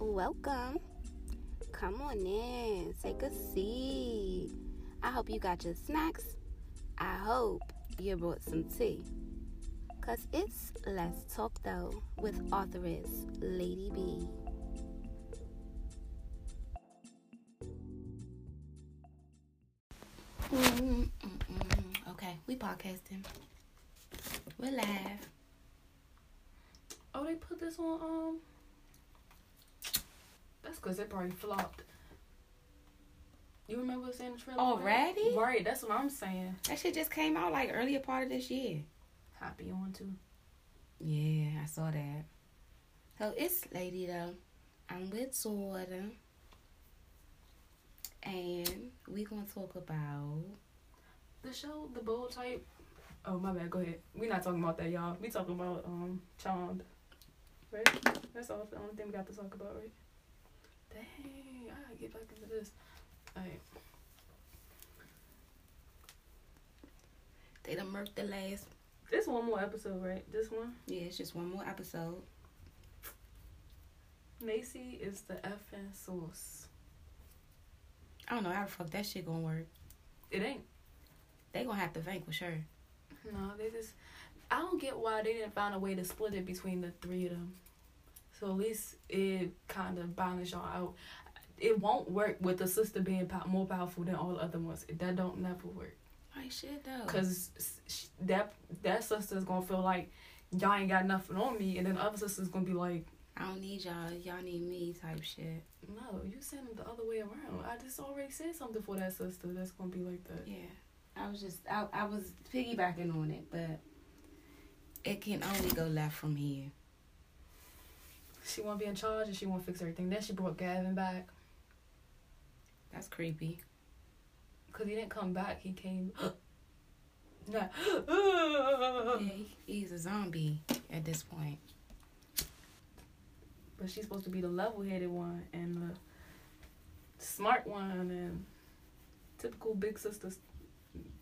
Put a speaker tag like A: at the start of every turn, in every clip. A: Welcome. Come on in. Take a seat. I hope you got your snacks. I hope you brought some tea. Cause it's Let's Talk Though with authoress Lady B. Mm, mm, mm. Okay, we podcasting. We're live.
B: Oh, they put this on. Um, that's because it probably flopped. You remember what's in the trailer?
A: Already?
B: Right. That's what I'm saying.
A: That shit just came out like earlier part of this year.
B: Happy on too.
A: Yeah, I saw that. So it's Lady though. I'm with Jordan. And we're gonna talk about
B: The show, the bold type. Oh my bad. Go ahead. We're not talking about that, y'all. We talking about um charmed. Right. That's all. The only thing we got to talk about, right? Dang. I gotta get back into this. Alright.
A: they done murked the last
B: This one more episode, right? This one.
A: yeah, it's just one more episode.
B: Macy is the effing source.
A: I don't know how the fuck that shit gonna work.
B: It ain't.
A: They gonna have to vanquish her.
B: No, they just. I don't get why they didn't find a way to split it between the three of them. So at least it kind of balances y'all out. It won't work with the sister being pow- more powerful than all the other ones. That don't never work.
A: Like shit though.
B: Cause s- sh- that that sister's gonna feel like y'all ain't got nothing on me, and then the other sister's gonna be like,
A: I don't need y'all, y'all need me type shit.
B: No, you sent it the other way around. I just already said something for that sister. That's gonna be like that.
A: Yeah. I was just I, I was piggybacking on it, but it can only go left from here.
B: She wanna be in charge and she wanna fix everything. Then she brought Gavin back.
A: That's creepy.
B: Cause he didn't come back. He came. nah.
A: Yeah, he- he's a zombie at this point.
B: But she's supposed to be the level-headed one and the smart one and typical big sister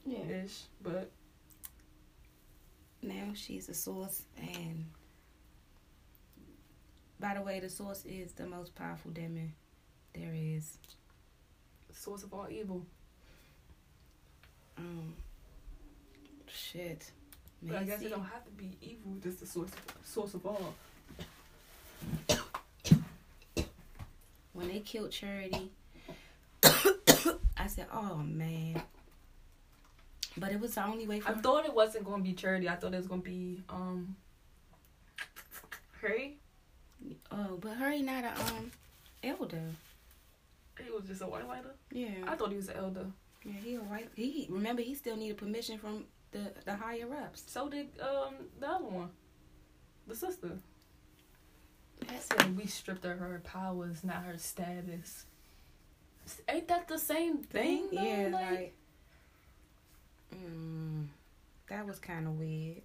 B: ish. But
A: Now she's a source, and by the way, the source is the most powerful demon there is.
B: source of all evil.
A: Um, shit.
B: But I guess
A: Macy-
B: it don't have to be evil. Just the source, source of all.
A: when they killed Charity, I said, "Oh man," but it was the only way
B: I
A: for.
B: thought it wasn't gonna be charity. I thought it was gonna be um. Hurry.
A: oh, but her ain't not a um elder.
B: He was just a white lighter.
A: Yeah,
B: I thought he was an elder.
A: yeah. He a white. He remember he still needed permission from the the higher ups.
B: So did um the other one, the sister. I said we stripped her of her powers, not her status. S- Ain't that the same thing? though?
A: Yeah, like, mm, that was kind of weird.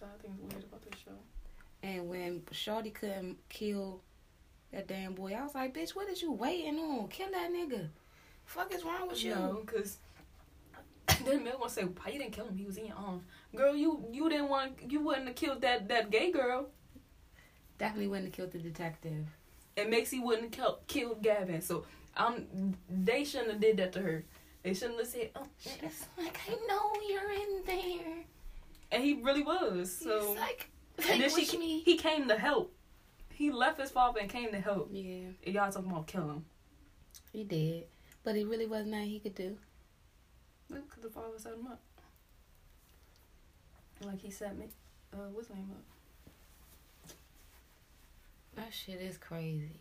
B: So I think it's weird about this show.
A: And when Shorty couldn't kill that damn boy, I was like, "Bitch, what is you waiting on? Kill that nigga! Fuck is wrong with you?"
B: No, because then Mel gonna say, "Why you didn't kill him? He was in your arms, girl. You you didn't want you wouldn't have killed that that gay girl,
A: Definitely wouldn't have killed the detective.
B: and Maxie wouldn't have kill, killed Gavin. So um, they shouldn't have did that to her. They shouldn't have said, oh,
A: She's like, "I know you're in there."
B: and he really was. So
A: He's like,
B: And then
A: "Vanquish
B: she,
A: me."
B: he came to help. He left his father and came to help.
A: Yeah,
B: And y'all talking about kill him.
A: he did, but it really wasn't nothing he could do.
B: Because the father set him up. Like he set me, uh, what's his name up?
A: That shit is crazy.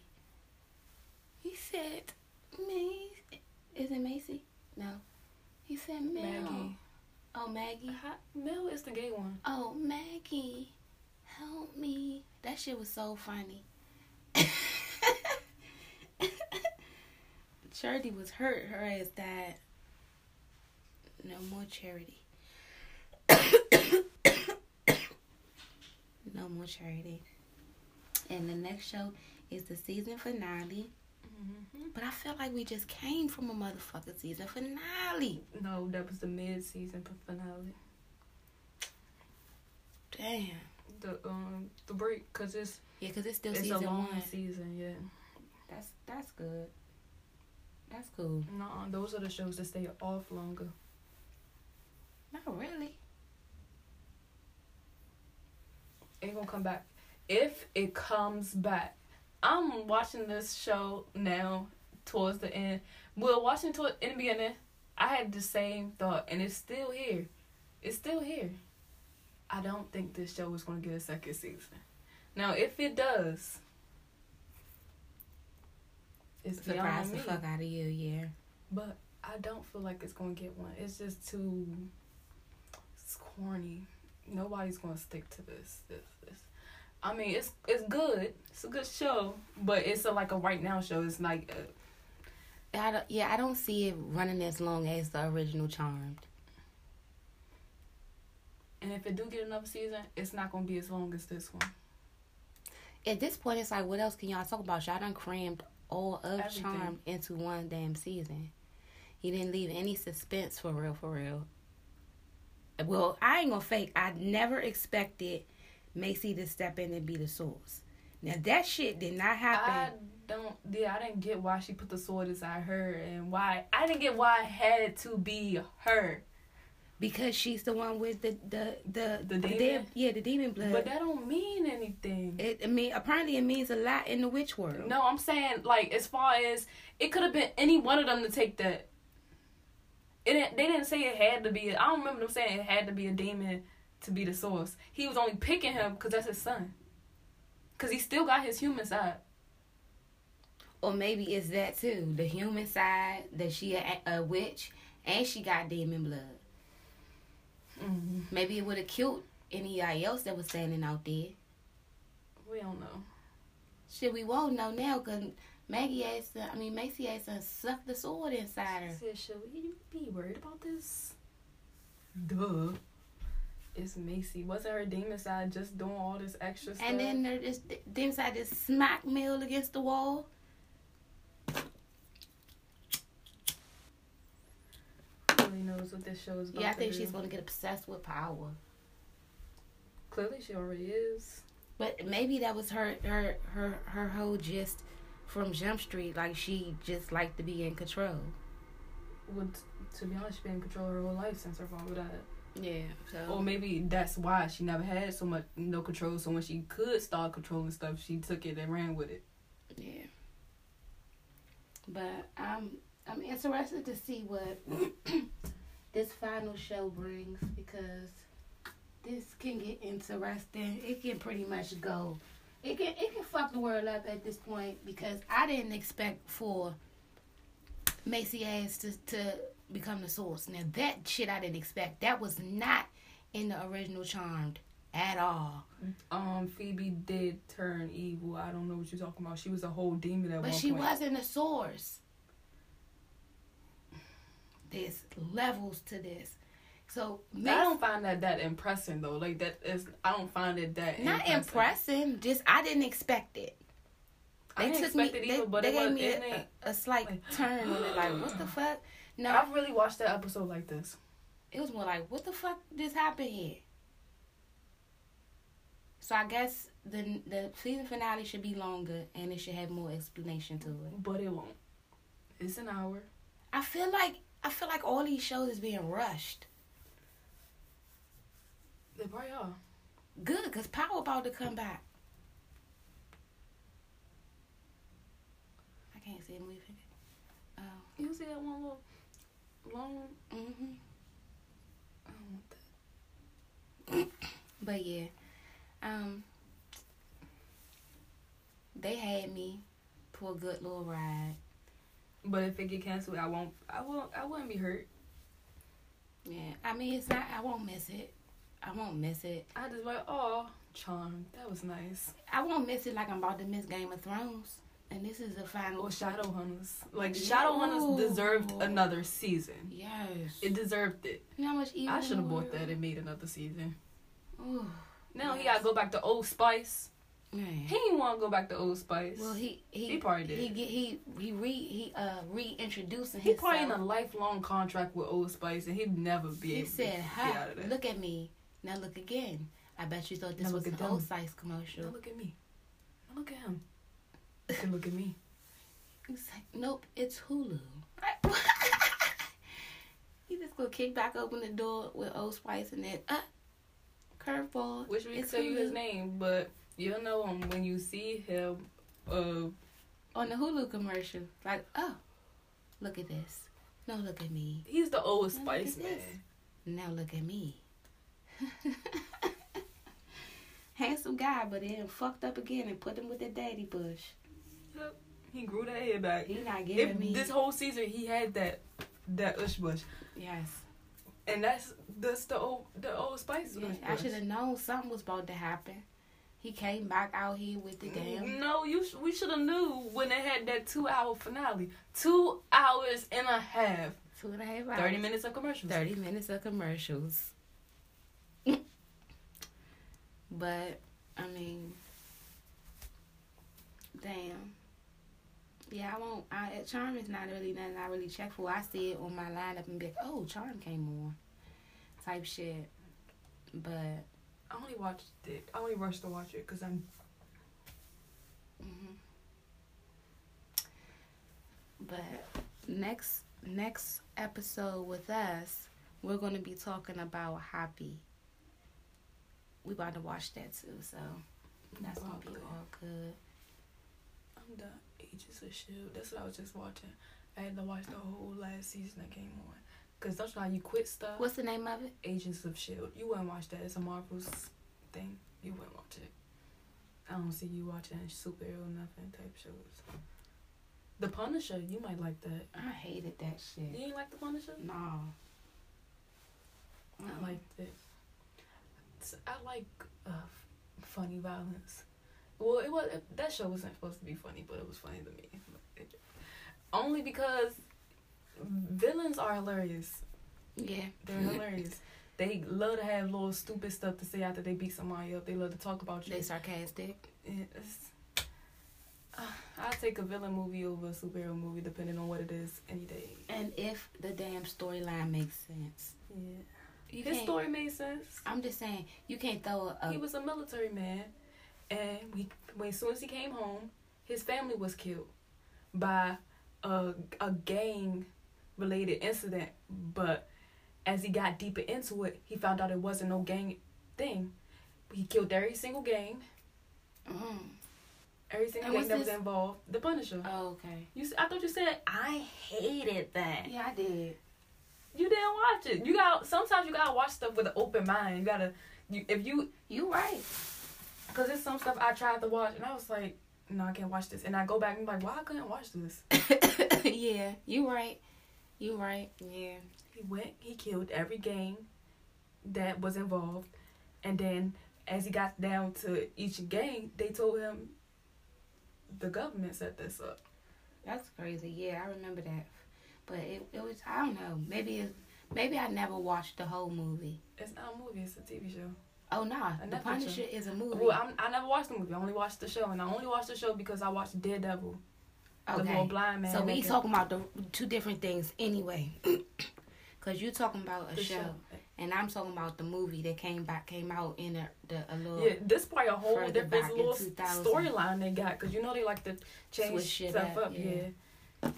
A: He said, "Me, is it Macy? No." He said, "Mel."
B: Maggie.
A: Oh, Maggie.
B: How, Mel is the gay one.
A: Oh, Maggie, help me. That shit was so funny. Charity was hurt. Her ass died. No more charity. no more charity. And the next show is the season finale.
B: Mm-hmm.
A: But I felt like we just came from a motherfucking season finale.
B: No, that was the mid season finale.
A: Damn.
B: the um the break because it's
C: Yeah, because it's still
B: it's a
C: season
B: long
C: one.
B: season. Yeah.
A: That's that's good. That's cool.
B: No, those are the shows that stay off longer.
A: Not really.
B: It gonna come back if it comes back. I'm watching this show now towards the end. Well, watching toward in the beginning, I had the same thought, and it's still here. It's still here. I don't think this show is gonna get a second season. Now, if it does, it's
A: Surprise
B: beyond
A: the
B: me.
A: fuck out of you, yeah.
B: But I don't feel like it's gonna get one. It's just too. It's corny. Nobody's gonna stick to this. This. This. I mean, it's it's good. It's a good show, but it's a, like a right now show. It's like uh,
A: I don't, yeah, I don't see it running as long as the original Charmed.
B: and if it do get another season, it's not gonna be as long as this one.
A: At this point, it's like, what else can y'all talk about? Y'all done crammed all of
B: Everything.
A: Charmed into one damn season. You didn't leave any suspense for real, for real. Well, I ain't gonna fake. I never expected Macy to step in and be the source. Now that shit did not
B: I
A: happen.
B: don't. Yeah, I didn't get why she put the sword inside her, and why I didn't get why it had to be her.
A: because she's the one with the the the
B: The demon?
A: damn- yeah the demon blood.
B: But that don't mean anything.
A: it, I mean, apparently it means a lot in the witch world.
B: No, I'm saying like as far as it could have been any one of them to take that. It didn't- they didn't say it had to be. I don't remember them saying it had to be a demon to be the source. He was only picking him because that's his son. Because he still got his human side.
A: Or maybe it's that too, the human side that she a, a witch and she got demon blood.
B: Mm-hmm.
A: Maybe it would have killed anybody else that was standing out there.
B: We don't know.
A: Shit, we won't know now because Maggie asked, I mean Macy asked her suck the sword inside her.
B: Said, should we be worried about this? Duh. It's Macy. Wasn't her demon side just doing all this extra stuff?
A: And then there just then side just smack mill against the wall.
B: Who really knows what this show is about.
A: Yeah, I
B: to
A: think
B: do.
A: she's gonna get obsessed with power.
B: Clearly, she already is.
A: But maybe that was her her her her whole gist from Jump Street. Like she just liked to be in control.
B: Well, t- to be honest, she's been in control her whole life since her father died.
A: Yeah.
B: Or maybe that's why she never had so much no control. So when she could start controlling stuff, she took it and ran with it.
A: Yeah. But I'm I'm interested to see what this final show brings because this can get interesting. It can pretty much go. It can it can fuck the world up at this point because I didn't expect for Macy Ass to, to become the source. Now that shit I didn't expect. That was not in the original Charmed at all.
B: Um, Phoebe did turn evil. I don't know what you're talking about. She was a whole demon at
A: But
B: one
A: she
B: point.
A: wasn't a source. There's levels to this. So
B: I
A: Mace-
B: don't find that that impressing though. Like that is, I don't find it that
A: not impressing, just I didn't expect it.
B: I didn't expect it either, but it was.
A: me
B: it ain't-
A: a, a slight
B: like,
A: turn on it, like what the fuck? No,
B: I've really watched that episode like this.
A: it was more like what the fuck just happened here. So I guess the the season finale should be longer and it should have more explanation to it.
B: but it won't. It's an hour.
A: I feel like I feel like all these shows is being rushed.
B: They probably are.
A: Good, cause Power about to come back. I can't see it moving. Oh.
B: You see that one little long.
A: hmm
B: I don't want that.
A: But yeah, um, they had me for a good little ride.
B: But if it get canceled, I won't. I won't. I wouldn't be hurt.
A: Yeah, I mean it's not. I won't miss it. I won't miss it.
B: I just like, oh, charm. That was nice.
A: I won't miss it like I'm about to miss Game of Thrones. And this is the final.
B: Or Shadowhunters. Like Shadowhunters deserved
A: Ooh.
B: another season.
A: Yes.
B: It deserved it.
A: you know how much evil
B: I
A: in
B: should have
A: the
B: bought that
A: world?
B: and made another season.
A: Ooh,
B: Now he
A: Yes.
B: gotta go back to Old Spice.
A: man.
B: He didn't want to go back to Old Spice.
A: Well, he he
B: He probably did.
A: He get he he re he uh reintroducing
B: He
A: himself.
B: probably in a lifelong contract with Old Spice, and he'd never be
A: he
B: able
A: said,
B: to
A: "Hi,
B: get out of that.
A: look at me now. Look again. I bet you thought this
B: Now
A: was
B: look
A: an
B: at
A: old
B: them.
A: size
B: Now
A: commercial.
B: look at me. Now look at him. You can look at me.
A: He's like, nope, it's Hulu. he just gonna kick back open the door with Old Spice and then, uh, curveball.
B: Wish we could
A: it's
B: tell you his
A: Hulu.
B: name, but you'll know him when you see him. Uh,
A: On the Hulu commercial. Like, oh, look at this. No, look at me.
B: he's the oldest
A: Now look at
B: Spice Man.
A: this. Now look at me. Handsome guy, but then fucked up again and put him with the daddy bush.
B: He grew that hair back.
A: He not giving
B: If
A: me.
B: this whole season he had that that ush bush,
A: yes.
B: and that's that's the old the old Spice.
A: Yeah,
B: Ush
A: I
B: Bush.
A: should have known something was about to happen. He came back out here with the damn.
B: No, you sh- we should have knew when they had that two hour finale. Two hours and a half.
A: Two and a half hours.
B: Thirty minutes of commercials.
A: 30 minutes of commercials. but, I mean, damn. Yeah, I won't. I, uh, Charm is not really nothing I really check for. I see it on my lineup and be like, oh, Charm came on. Type shit. But,
B: I only watched it. I only rushed to watch it because I'm.
A: mhm. but next next episode with us, we're gonna be talking about Happy. We about to watch that too, so. That's gonna be
B: Probably.
A: all good.
B: oh, I'm done. Ages of Shield. That's what I was just watching. I had to watch the whole last season that came on. Cause that's how you quit stuff.
A: What's the name of it?
B: Agents of Shield. E You wouldn't watch that. It's a Marvel's thing. You wouldn't watch it. I don't see you watching superhero nothing type shows. The Punisher. You might like that.
A: I hated that shit.
B: You ain't like The Punisher?
A: No.
B: I like this. I like uh, f- funny violence. Well, it was that show wasn't supposed to be funny, but it was funny to me. Only because villains are hilarious.
A: Yeah.
B: They're hilarious. They love to have little stupid stuff to say after they beat somebody up. They love to talk about you.
A: They sarcastic.
B: Yes. I uh, take a villain movie over a superhero movie, depending on what it is, any day.
A: And if the damn storyline makes sense.
B: Yeah.
A: You
B: His
A: can't-
B: story made sense.
A: I'm just saying, you can't throw a.
B: He was a military man, and we, when as soon as he came home, his family was killed by a a gang related incident. But as he got deeper into it, he found out it wasn't no gang thing. He killed every single gang,
A: Mm.
B: every single
A: And
B: gang
A: was
B: that was
A: this-
B: involved. The Punisher.
A: Oh, okay.
B: you, s- I thought you said I hated that.
A: Yeah, I did.
B: You didn't watch it. You got sometimes you gotta watch stuff with an open mind. You gotta, you, if you
A: You right.
B: Cause there's some stuff I tried to watch and I was like, no, I can't watch this. And I go back and be like, why I couldn't watch this?
A: yeah, you right. You right. Yeah.
B: He went, he killed every gang that was involved, and then as he got down to each gang, they told him the government set this up.
A: That's crazy. Yeah, I remember that. But it, it was, I don't know. Maybe it, maybe I never watched the whole movie.
B: It's not a movie, it's a TV show.
A: Oh, nah. The
B: Another show.
A: Punisher is a movie.
B: Well, I'm, I never watched the movie. I only watched the show, and I only watched the show because I watched Daredevil, the little blind man.
A: So we
B: nigga.
A: talking about the two different things anyway. Cause you talking about a
B: The
A: show, and I'm talking about the movie that came back came out in the, the a little
B: Yeah, this probably a whole
A: Further back
B: different
A: in
B: little
A: 2000.
B: storyline they got because you know they like to change
A: Switch shit
B: stuff
A: up,
B: up, yeah.
A: yeah.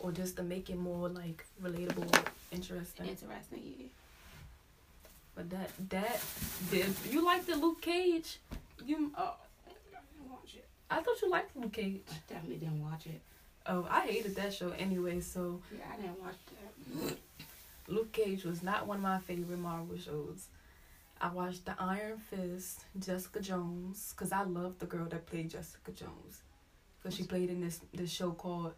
B: Or just to make it more like relatable, interesting.
A: interesting. Yeah.
B: but that that did you like the Luke Cage? You uh,
A: Watch it.
B: I thought you liked Luke Cage.
A: I definitely didn't watch it.
B: Oh, I hated that show anyway. So
A: Yeah, I didn't watch that.
B: Luke Cage was not one of my favorite Marvel shows. I watched The Iron Fist, Jessica Jones, because I love the girl that played Jessica Jones. Because she played in this, this show called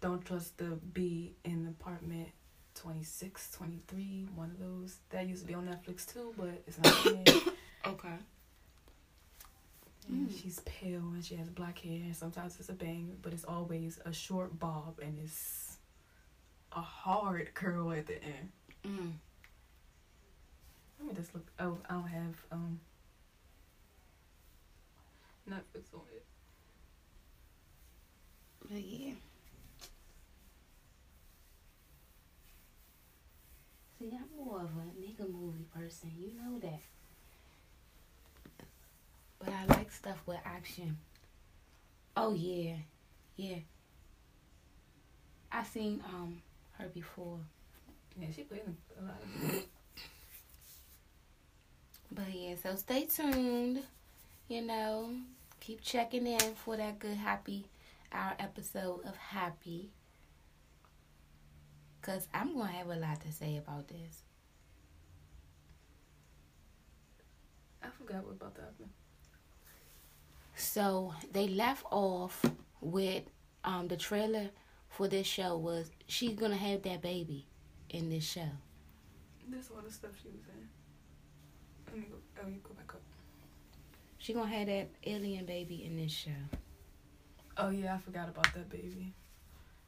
B: Don't Trust the Bee in Apartment 26, 23, one of those. That used to be on Netflix too, but it's not there.
A: Okay.
B: And
A: Mm.
B: She's pale and she has black hair, and sometimes it's a bang, but it's always a short bob and it's a hard curl at the end.
A: Mm.
B: Let me just look. Oh, I don't have um. Netflix on it.
A: But yeah. See, I'm more of a nigga movie person. You know that. But I like stuff with action. Oh yeah, yeah. I seen um her before,
B: Yeah, she plays a lot. Of
A: but yeah. So stay tuned. You know, keep checking in for that good happy our episode of happy. Cause I'm gonna have a lot to say about this.
B: I forgot what about that.
A: So they left off with um the trailer for this show was she's gonna have that baby in this show.
B: That's all the stuff she was in. Let me go. Oh, you go back up.
A: She gonna have that alien baby in this show.
B: Oh yeah, I forgot about that baby.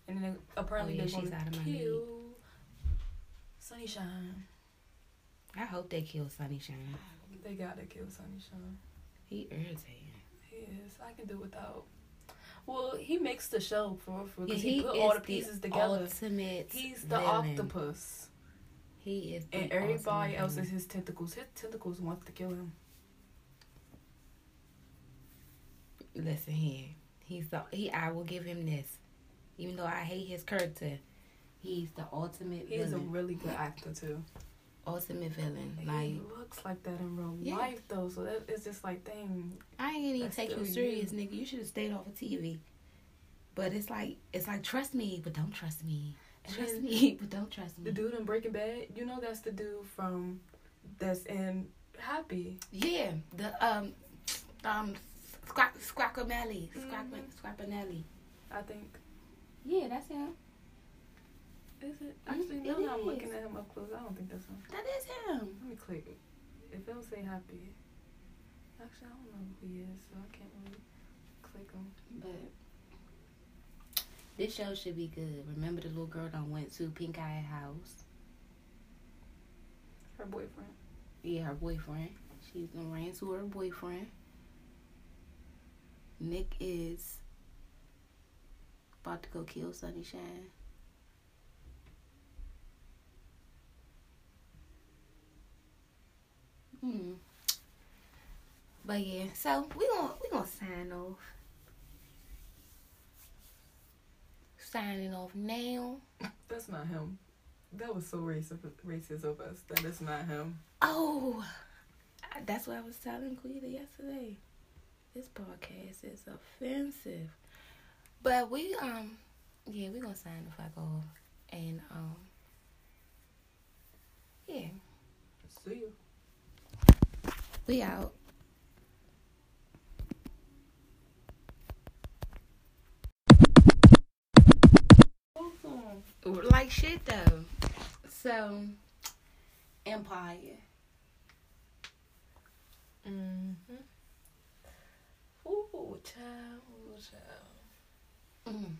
B: And then apparently
A: Oh, yeah,
B: they're
A: she's
B: gonna
A: out of my league.
B: kill Sunny Shine.
A: I hope they kill Sunny Shine.
B: They gotta kill Sunny Shine.
A: He irritating.
B: Yes, I can do without. Well, he makes the show for for
A: Yeah,
B: because he, put all the pieces together.
A: ultimate.
B: He's the
A: villain.
B: octopus,
A: He is. the
B: and everybody
A: ultimate
B: else
A: villain.
B: is his tentacles. His tentacles wants to kill him.
A: Listen here. He's the he. I will give him this, even though I hate his character. He's the ultimate
B: He's a
A: villain.
B: really good actor too.
A: ultimate villain. Like
B: He looks like that in real
A: Yeah.
B: life though, so that it's just like dang.
A: I ain't even
B: That's
A: take you
B: still
A: serious, nigga. You should have stayed off of TV. But it's like it's like trust me, but don't trust me.
B: And
A: Trust
B: then
A: me, but don't trust
B: The
A: me.
B: dude in Breaking Bad, you know that's the dude from that's in Happy.
A: Yeah, the um um Squac Squacamelli, Squac
B: Mhm.
A: Squapanelli.
B: I think.
A: Yeah, that's him.
B: Is it?
A: Mm,
B: Actually, now
A: it
B: that I'm looking
A: is.
B: at him up close, I don't think that's him.
A: That is him.
B: Let me click. If it'll say Happy. Actually, I don't know who he is, so I can't really click him.
A: But this show should be good. Remember the little girl that went to Pink Eye House?
B: Her boyfriend.
A: Yeah, her boyfriend. She's gonna ran to her boyfriend. Nick is about to go kill Sunny Shine. Hmm. But yeah, so we gonna we gonna sign off. Signing off now.
B: That's not him. That was so racist, racist of us. That is not him.
A: Oh, I- that's what I was telling Quita yesterday. This podcast is offensive, but we um, yeah, we gonna sign the fuck off, and um, yeah,
B: See you.
A: we out.
B: Awesome.
A: Like shit though. So, Empire.
B: Mm-hmm. Ooh, child, ooh, child.
A: Mm.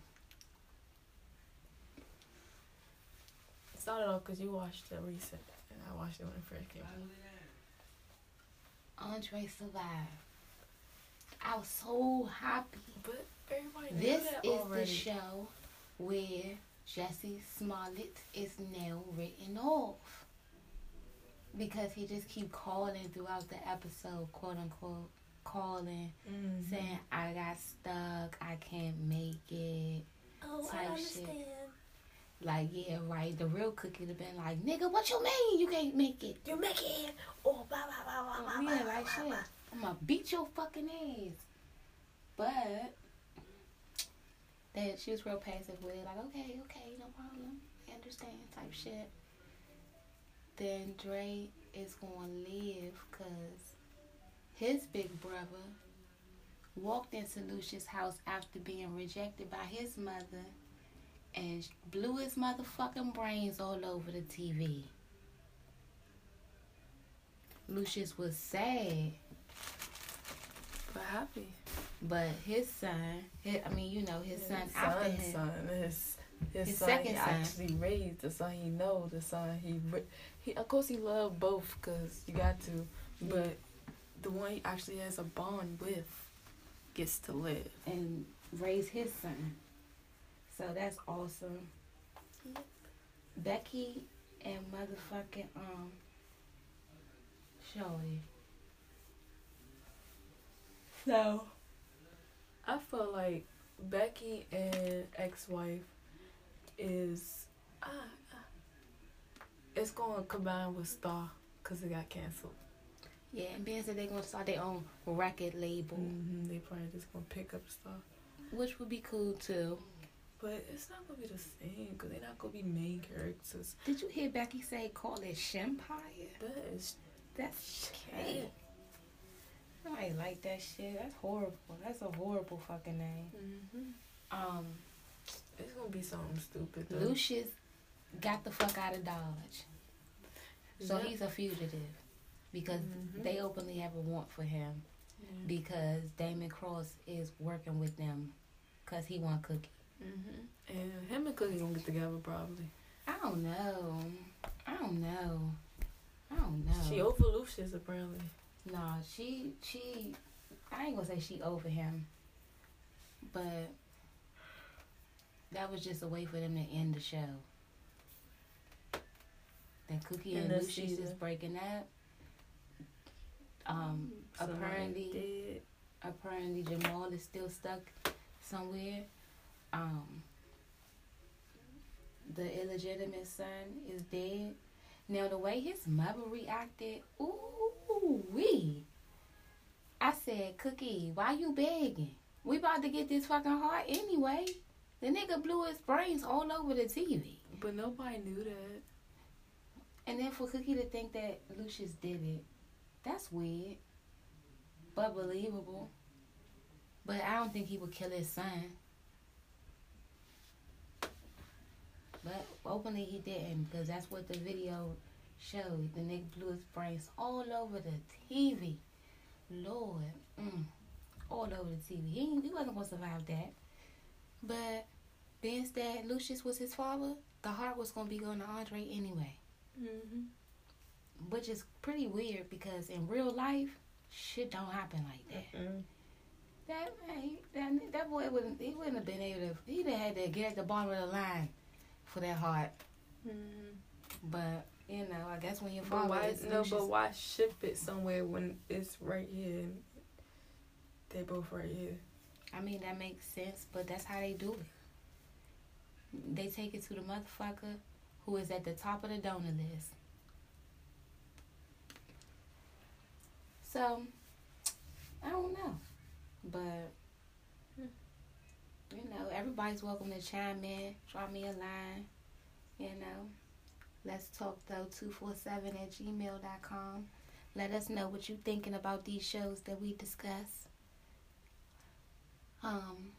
B: Started off because you watched the recent, and I watched it when it first came out.
A: Andre survived. I was so happy.
B: But everybody knew
A: This
B: that
A: is
B: already.
A: the show where Jesse Smollett is now written off because he just keep calling throughout the episode, quote unquote, calling,
B: Mhm.
A: saying I got stuck, I can't make it.
B: Oh,
A: type Like yeah, right. The real cookie would have been like, nigga, what you mean you can't make it?
B: You make it. Oh, blah, blah, blah, blah, blah,
A: yeah,
B: blah,
A: like
B: blah,
A: shit.
B: blah.
A: I'm gonna beat your fucking ass. But that she was real passive with it, like okay, okay, no problem, I understand type shit. Then Dre is gonna live because his big brother walked into Lucia's house after being rejected by his mother and blew his motherfucking brains all over the TV. Lucius was sad
B: But happy.
A: But his son, his, I mean, you know, his son
B: his
A: after
B: son's
A: him.
B: son, his his,
A: His
B: son,
A: second
B: he
A: son.
B: actually raised the son he know the son he ra- he of course he loved both because you got to, but the one he actually has a bond with gets to live.
A: and raise his son. So that's awesome. Becky and motherfucking um Shorty. So
B: I feel like Becky and ex-wife is ah, ah. it's going to combine with Star because it got canceled.
A: yeah, and Ben said they're gonna start their own record label,
B: Mm-hmm. They probably just going to pick up Star,
A: which would be cool too.
B: but it's not going to be the same because they're not going to be main characters.
A: Did you hear Becky say call it Shempire?
B: That is
A: That's
B: cat.
A: shit. Nobody like that shit. That's horrible. That's a horrible fucking name.
B: Mm-hmm.
A: Um,
B: It's gonna be something stupid though.
A: Lucius got the fuck out of Dodge, so
B: Yeah.
A: he's a fugitive because
B: Mhm.
A: they openly have a warrant for him.
B: Yeah.
A: because Damon Cross is working with them because he want cookie.
B: Mm-hmm. And him and Cookie gonna get together probably.
A: I don't know. I don't know. I don't know.
B: She over Lucius apparently.
A: no, she she. I ain't gonna say she over him, but that was just a way for them to end the show. Then Cookie
B: End
A: and
B: of
A: Lucius is
B: season.
A: breaking up. Um,
B: Somebody
A: apparently.
B: did.
A: apparently Jamal is still stuck somewhere. Um, the illegitimate son is dead. Now the way his mother reacted, ooh wee. I said, Cookie, why you begging? We about to get this fucking heart anyway. The nigga blew his brains all over the TV.
B: But nobody knew that.
A: And then for Cookie to think that Lucius did it, that's weird, but believable. But I don't think he would kill his son. But openly he didn't, because that's what the video showed. The nigga blew his brains all over the TV. Lord, mm, all over the TV. He, ain't- he wasn't gonna survive that. But being that Lucius was his father, the heart was gonna be going to Andre anyway
B: Mm-hmm.
A: which is pretty weird because in real life, shit don't happen like that.
B: Mm-hmm.
A: That man, he- that, that boy wouldn't he wouldn't have been able to. He'd have had to get at the bottom of the line for that heart.
B: Mm-hmm.
A: But you know, I guess when your
B: But
A: father
B: why
A: is
B: no?
A: Lucius-
B: But why ship it somewhere when it's right here? And they both right here.
A: I mean that makes sense, but that's how they do it. They take it to the motherfucker who is at the top of the donor list. So I don't know. But you know, everybody's welcome to chime in, draw me a line, you know. Let's talk though, 247 at gmail.com. Let us know what you're thinking about these shows that we discuss. Um,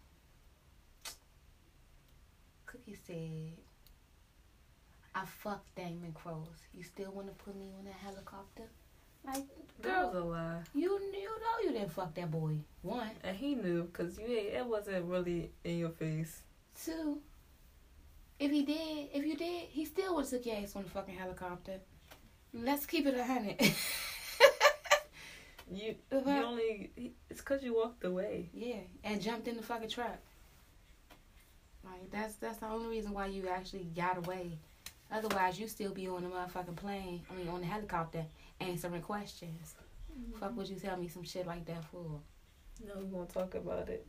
A: Cookie said, I fucked Damon Crows. You still want to put me on a helicopter? Like,
B: That was
A: girl,
B: a lie,
A: you, knew- you know you didn't fuck that boy. One.
B: and he knew because you ain't- it wasn't really in your face.
A: Two, if he did, if you did, he still would have took your ass on the fucking helicopter. Let's keep it a hundred.
B: You
A: If
B: you
A: I-
B: only he- it's because you walked away.
A: yeah, and jumped in the fucking truck. Like that's that's the only reason why you actually got away. Otherwise, you still be on the motherfucking plane. I mean, on the helicopter answering questions. Fuck, would you tell me some shit like that for?
B: No, we won't talk about it.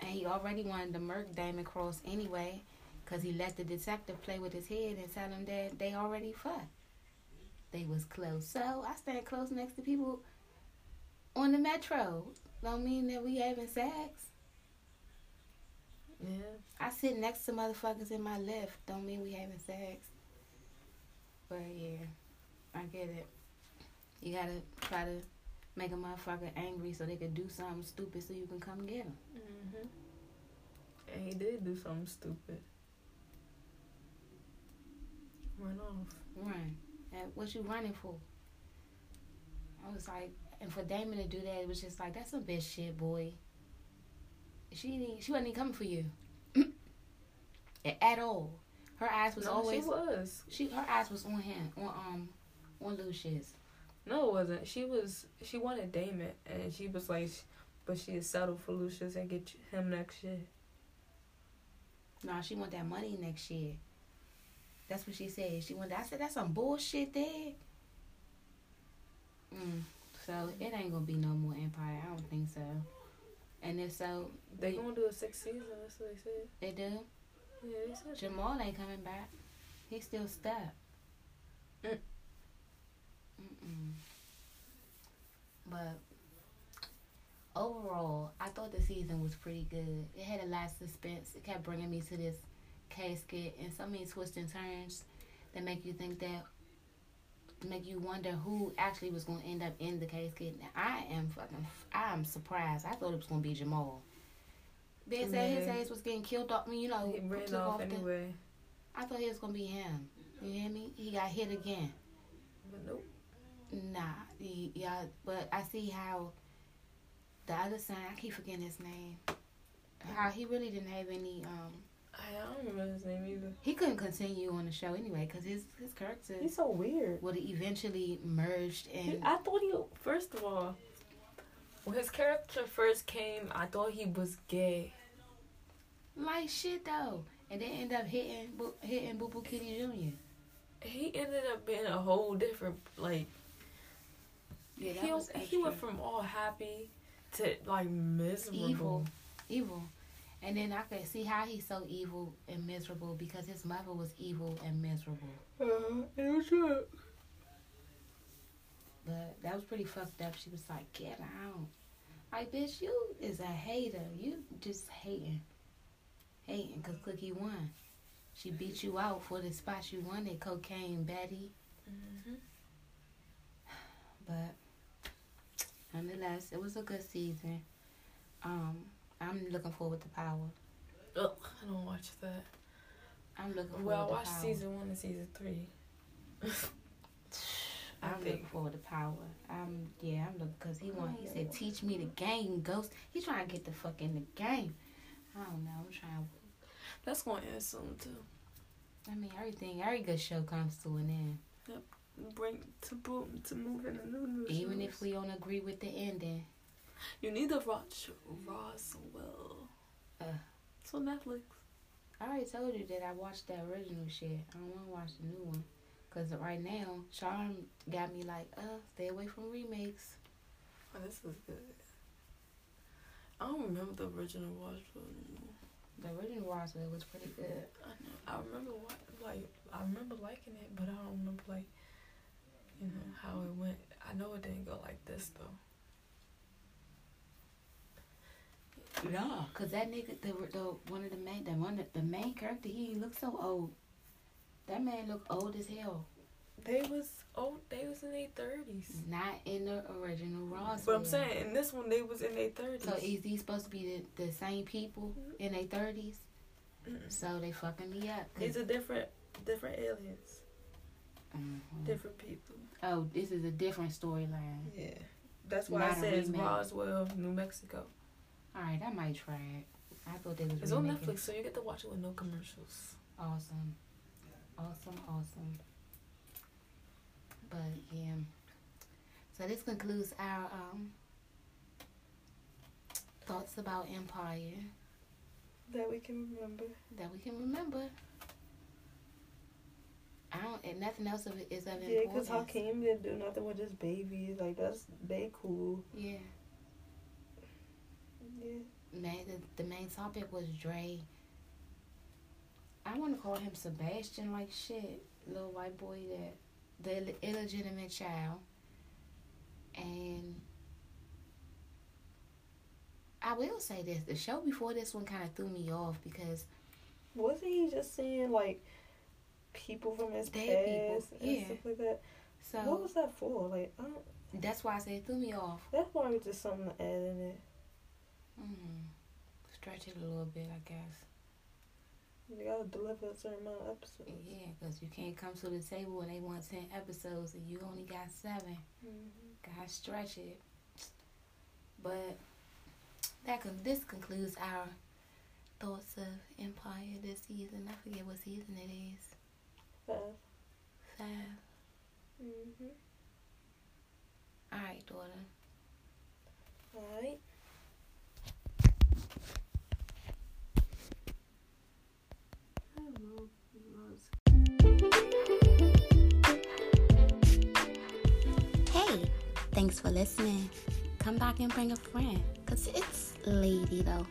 A: And he already wanted to murk Damon Cross anyway, because he let the detective play with his head and tell him that they already fucked. They was close. So I stand close next to people on the metro. Don't mean that we having sex.
B: Yeah.
A: I sit next to motherfuckers in my lift. Don't mean we having sex. But yeah, I get it. You gotta try to make a motherfucker angry so they could do something stupid so you can come get them.
B: Mm-hmm.
A: Mm-hmm.
B: And he did do something stupid. Run off.
A: run. And what you running for? I was like, and for Damon to do that, it was just like that's some bitch shit, boy. She didn't, she wasn't even coming for you, A- at all. Her eyes was
B: no,
A: always
B: she was.
A: she her eyes was on him on um on Lucius.
B: No, it wasn't. She was. She wanted Damon, and she was like, sh- but she is settled for Lucius and get him next year.
A: No, she want that money next year. That's what she said. She want. I said that's some bullshit there. Mm, So it ain't gonna be no more Empire. I don't think so. And if so,
B: They
A: it-
B: gonna do a sixth season. That's what they said.
A: they do.
B: Yeah, they said.
A: Jamal ain't coming back. He's still stuck.
B: Mm.
A: Mm-mm. But overall, I thought the season was pretty good. It had a lot of suspense. It kept bringing me to this casket and so many twists and turns that make you think that make you wonder who actually was going to end up in the casket. Now, I am fucking I am surprised. I thought it was going to be Jamal. They said his
B: Yeah.
A: ass was getting killed off. You know,
B: He ran
A: Oh, took
B: off,
A: the-
B: anyway.
A: I thought it was gonna be him. You hear me? He got hit again.
B: But nope.
A: Nah, he, yeah, but I see how the other son. I keep forgetting his name. How he really didn't have any. Um,
B: I don't remember his name either.
A: he couldn't continue on the show anyway because his his character
B: He's so weird.
A: would eventually merged
B: He,
A: and
B: I thought he. First of all, when his character first came, I thought he was gay.
A: like shit though, and they end up hitting Boo- hitting Boo Boo Kitty Junior.
B: He ended up being a whole different like.
A: Yeah, that
B: he
A: was
B: he went
A: extra.
B: from all happy to like miserable.
A: evil, evil. And then I could see how he's so evil and miserable because his mother was evil and miserable.
B: Uh, it was true.
A: But that was pretty fucked up. She was like, get out. Like, bitch, you is a hater. You just hating. Hating because Cookie won. She beat you out for the spot you wanted, Cocaine Betty.
B: hmm
A: But nonetheless, it was a good season. Um, I'm looking forward to Power.
B: Ugh, I don't watch that.
A: I'm looking forward
B: Well, I
A: to
B: watched
A: Power.
B: season one and season three. I
A: I'm looking
B: think.
A: forward to Power. Um, yeah, I'm looking because he want. He said, "Teach me the game, Ghost." He trying to get the fuck in the game. I don't know. I'm trying.
B: That's going to end soon too.
A: I mean, everything, every good show comes to an end.
B: Bring to boom to move in a new new
A: Even
B: shows.
A: if we don't agree with the ending,
B: you need to watch Roswell.
A: Ugh.
B: It's on Netflix.
A: uh, I already told you that I watched the original shit. I don't want to watch the new one, cause right now, Charm got me like, uh, stay away from remakes.
B: Oh, this is good. I don't remember the original Roswell. anymore.
A: The original Roswell was pretty good.
B: I know. I remember what like I remember liking it, but I don't remember like you know how it went. I know it didn't go like this though.
A: No, cause that nigga, the, the one of the main, the one, the main character, he looked so old. That man looked old as hell.
B: They was oh they was in their thirties.
A: Not in the original Roswell.
B: But I'm saying in this one they was in their thirties.
A: So is these supposed to be the, the same people in their thirties? So they fucking me up. 'cause-
B: These are different different aliens,
A: Mhm.
B: different people.
A: Oh, this is a different storyline.
B: Yeah, that's why
A: Not
B: I
A: a
B: said it's
A: remake.
B: Roswell, New Mexico.
A: All right, I might try it. I thought they was
B: It's on
A: remaking-
B: Netflix, so you get to watch it with no commercials.
A: Awesome, awesome, awesome. But yeah, so this concludes our um thoughts about Empire
B: That we can remember.
A: that we can remember. I don't, and nothing else of it is of
B: Yeah,
A: importance.
B: because Hakeem didn't do nothing with his baby. Like that's they cool.
A: Yeah.
B: Yeah.
A: main the, the main topic was Dre. I want to call him Sebastian like shit, little white boy that the Ill- illegitimate child, and I will say this: the show before this one kind of threw me off because
B: Wasn't he just seeing like people from his
A: Dead people,
B: past and
A: yeah.
B: stuff like that? what
A: so
B: was that for? Like, I don't,
A: that's why I say it threw me off.
B: that's probably just something to add in it. Mm-hmm.
A: Mm, stretch it a little bit, I guess.
B: You gotta deliver a certain amount of episodes.
A: Yeah, because you can't come to the table and they want ten episodes and you only got seven.
B: Mm-hmm.
A: God stretch it. But that con- this concludes our thoughts of Empire this season. I forget what season it is. Five.
B: Mm-hmm.
A: All right, daughter.
B: All right.
C: Hey, thanks
A: for listening. Come back and bring a friend. Because it's Lady, though.